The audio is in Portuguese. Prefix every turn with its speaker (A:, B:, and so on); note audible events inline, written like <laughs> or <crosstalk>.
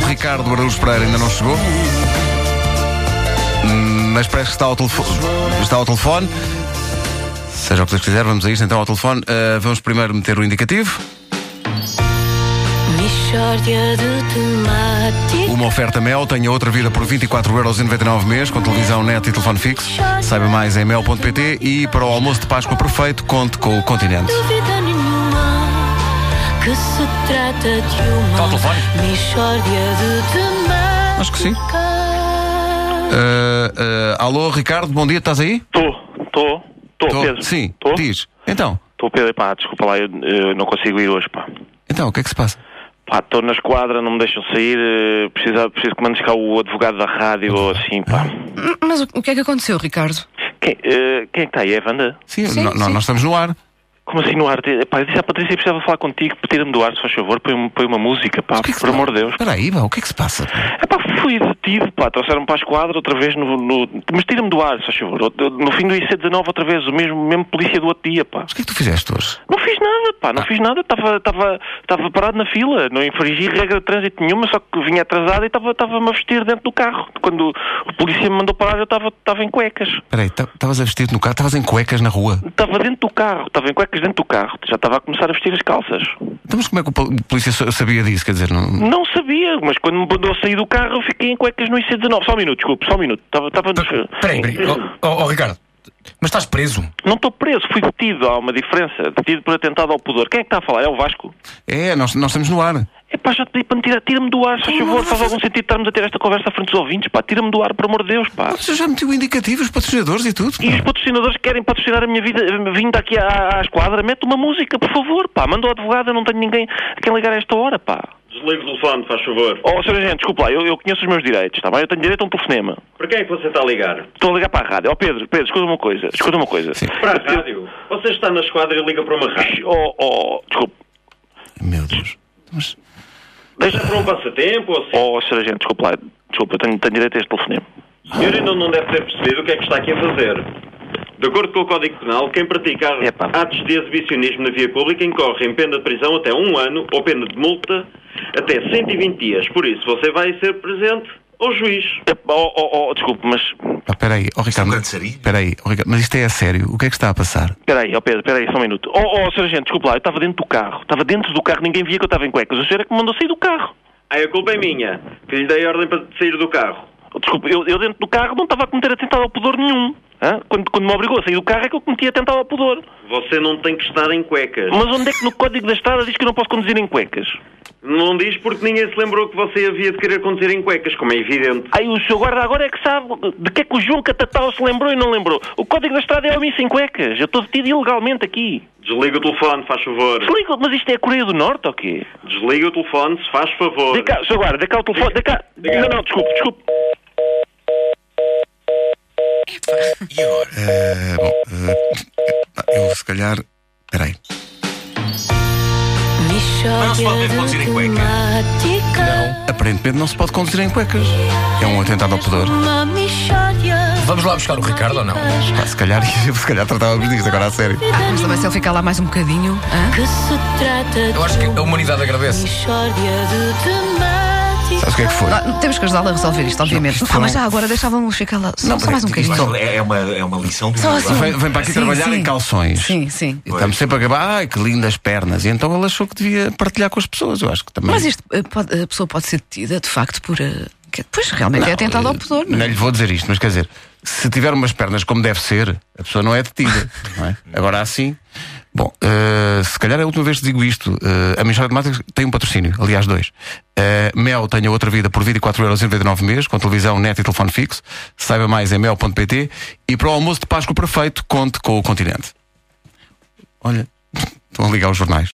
A: Ricardo Araújo Pereira ainda não chegou. Hum, Mas parece que está ao telefone. Está ao telefone. Seja o que Deus quiser, vamos a isto então ao telefone. Ah, vamos primeiro meter o indicativo.
B: Mishória de temáticas
A: Uma oferta Mel, tenha outra vida por 24,99€ mês, com televisão net e telefone fixo. Saiba mais em mel.pt e para o almoço de Páscoa perfeito, conte com o Continente.
B: Dúvida nenhuma Que se trata de
C: Está ao
B: uma
C: telefone?
B: Mishória de temáticas
A: Acho que sim. Ah, ah, alô, Ricardo, bom dia, estás aí?
D: Tô, tô, tô,
A: Tô-
D: Pedro.
A: Sim,
D: tô.
A: diz. Então,
D: Tô, Pedro, pá, desculpa lá, eu, eh, não consigo ir hoje, pá.
A: então, o que é que se passa?
D: Pá, estou na esquadra, não me deixam sair, eh, precisa, preciso que mandes cá o advogado da rádio ou assim, pá.
E: Mas o o que é que aconteceu, Ricardo?
D: Quem, eh, quem é que está aí? É a Wanda?
A: Sim,
E: Sim,
A: no- no-
E: sim.
A: nós estamos no ar.
D: Como assim no ar? Eh, Pá, eu disse à Patrícia que precisava falar contigo, tira-me do ar, se faz favor, põe, põe uma música, pá,
A: que é que se
D: Ah, por amor
A: passa?
D: de Deus.
A: Espera aí, pá, o que é que se passa?
D: É pá, fui detido, pá, trouxeram-me para a esquadra outra vez no... no- Mas tira-me do ar, se faz favor, no fim do IC19 outra vez, o mesmo, mesmo polícia do outro dia, pá.
A: Mas o que é que tu fizeste hoje?
D: Não fiz nada, pá,
C: Ah.
D: não fiz nada, estava tava, tava parado na fila, não infringi regra de trânsito nenhuma, só que vinha atrasado e estava-me a vestir dentro do carro. Quando o polícia me mandou parar, eu estava em cuecas.
A: Espera aí, ta- estavas a vestir-te no carro, estavas em cuecas na rua.
D: Estava dentro do carro, estava em cuecas dentro do carro, já estava a começar a vestir as calças.
A: Então, mas como é que o pol- polícia sa- sabia disso? Quer dizer, não...
D: Não sabia, mas quando me mandou sair do carro, eu fiquei em cuecas no IC19. Só um minuto, desculpe, só um minuto. Tava, tava
C: Tá, Peraí, peraí. Oh, oh, oh, Ricardo, mas estás preso?
D: Não estou preso, fui detido, há uma diferença. Detido por atentado ao pudor. Quem é que está a falar? É o Vasco?
A: É, nós, nós estamos no ar.
D: É pá, já te pedi para me tirar, tira-me do ar, se faz favor, faz algum sentido estarmos a ter esta conversa à frente dos ouvintes, pá, tira-me do ar, por amor de Deus,
A: Ah,
D: pá.
A: Mas eu já meti o indicativo, os patrocinadores e tudo. Ah,
D: E os
A: pá.
D: patrocinadores querem patrocinar a minha vida, eh, vinda aqui à, à esquadra, mete uma música, por favor, pá, manda o advogado, eu não tenho ninguém a quem ligar a esta hora, pá.
F: Desligue o telefone, faz favor.
D: Oh, Sr. Agente, desculpa lá, eu, eu conheço os meus direitos, está bem? Eu tenho direito a um telefonema.
F: Para quem é que você está a ligar?
D: Estou a ligar para a rádio. Oh, Pedro, Pedro, escuta uma coisa, escuta uma coisa.
F: Para a rádio. Você está na esquadra e liga para uma rádio.
D: Oh, oh, desculpe.
A: Meu Deus. Então, Mas,
F: Deixa para um passatempo ou assim.
D: Oh, Sr. Agente, desculpa lá, desculpa, eu tenho, tenho direito a este telefonema.
F: O senhor ainda não deve ter percebido o que é que está aqui a fazer. De acordo com o Código Penal, quem praticar
D: Epa.
F: atos de exibicionismo na via pública incorre em pena de prisão até um ano ou pena de multa até 120 dias. Por isso, você vai ser presente ao juiz.
D: Eh, Oh, oh, oh, desculpe, mas
A: pá, ah, espera aí, ó Ricardo.
C: é um grande sarilho.
A: Espera aí, ó Ricardo, mas isto é a sério. O que é que está a passar?
D: Peraí, ó Pedro, peraí, só um minuto. Ó, oh, Sr. Agente, desculpe lá, eu estava dentro do carro. Estava dentro do carro, ninguém via que eu estava em cuecas. O senhor é que me mandou sair do carro.
F: Aí a culpa é minha, que lhe dei ordem para sair do carro.
D: Oh, Desculpe, eu, eu dentro do carro não estava a cometer atentado ao pudor nenhum. Hã? Quando, quando me obrigou a sair do carro é que eu cometi atentado ao pudor.
F: Você não tem que estar em cuecas.
D: Mas onde é que no código da estrada diz que eu não posso conduzir em cuecas?
F: Não diz porque ninguém se lembrou que você havia de querer conduzir em cuecas, como é evidente.
D: Aí o senhor guarda agora é que sabe de que é que o João Catatau se lembrou e não lembrou. O código da estrada é homem sem cuecas. Eu estou detido ilegalmente aqui.
F: Desliga o telefone, faz favor.
D: Desliga, mas isto é a Coreia do Norte ou quê?
F: Desliga o telefone, se faz favor.
D: Dê cá, senhor guarda, dê cá o telefone, dê cá. Não, não, desculpe, desculpe.
C: E agora?
A: Eh, bom, eh, eu se calhar. Espera aí.
B: Mishória
C: Mas não se pode mesmo conduzir
B: de
C: em cueca.
B: temáticas
A: Aparentemente não se pode conduzir em cuecas. É um atentado ao pudor.
B: Uma mishória
C: Vamos lá buscar o Ricardo ou não?
A: Pá, se calhar, <laughs> se calhar tratávamos disto agora a sério.
E: Ah, mas também se ele ficar lá mais um bocadinho. hã?
B: Que se trata de
C: Eu acho que a
B: uma
C: humanidade agradece.
B: mishória de temáticas
A: Sabes o que é que foi?
E: Ah, temos que ajudá-lo a resolver isto, obviamente.
A: isto
E: Ah, mas
A: não-
E: já agora deixávamos ficar lá. Só,
A: Não,
E: só mais um
A: porque isto
E: bocadinho.
A: não-
G: É uma, é uma lição do
E: Só
G: mundo.
E: assim.
A: Vem, vem para aqui
E: Sim,
A: trabalhar
E: sim.
A: em calções.
E: Sim, sim.
A: E Estamos sempre a gabar, ai que lindas pernas. E então ele achou que devia partilhar com as pessoas. Eu acho que também.
E: Mas isto, eh, pode- a pessoa pode ser detida, de facto, por. eh, que- Pois realmente é atentado ao pudor, não
A: Não eh,
E: é?
A: lhe vou dizer isto, mas quer dizer, se tiver umas pernas como deve ser, a pessoa não é
E: <laughs>
A: detida. não é? Agora assim. Bom, eh, se calhar é a última vez que digo isto. Eh, a Michelle de Matas tem um patrocínio, aliás, dois. Eh, Mel tenha outra vida por 24,99€ mês, com televisão, net e telefone fixo. Saiba mais em mel.pt. E para o almoço de Páscoa perfeito, conte com o continente. Olha, <laughs> estão a ligar os jornais.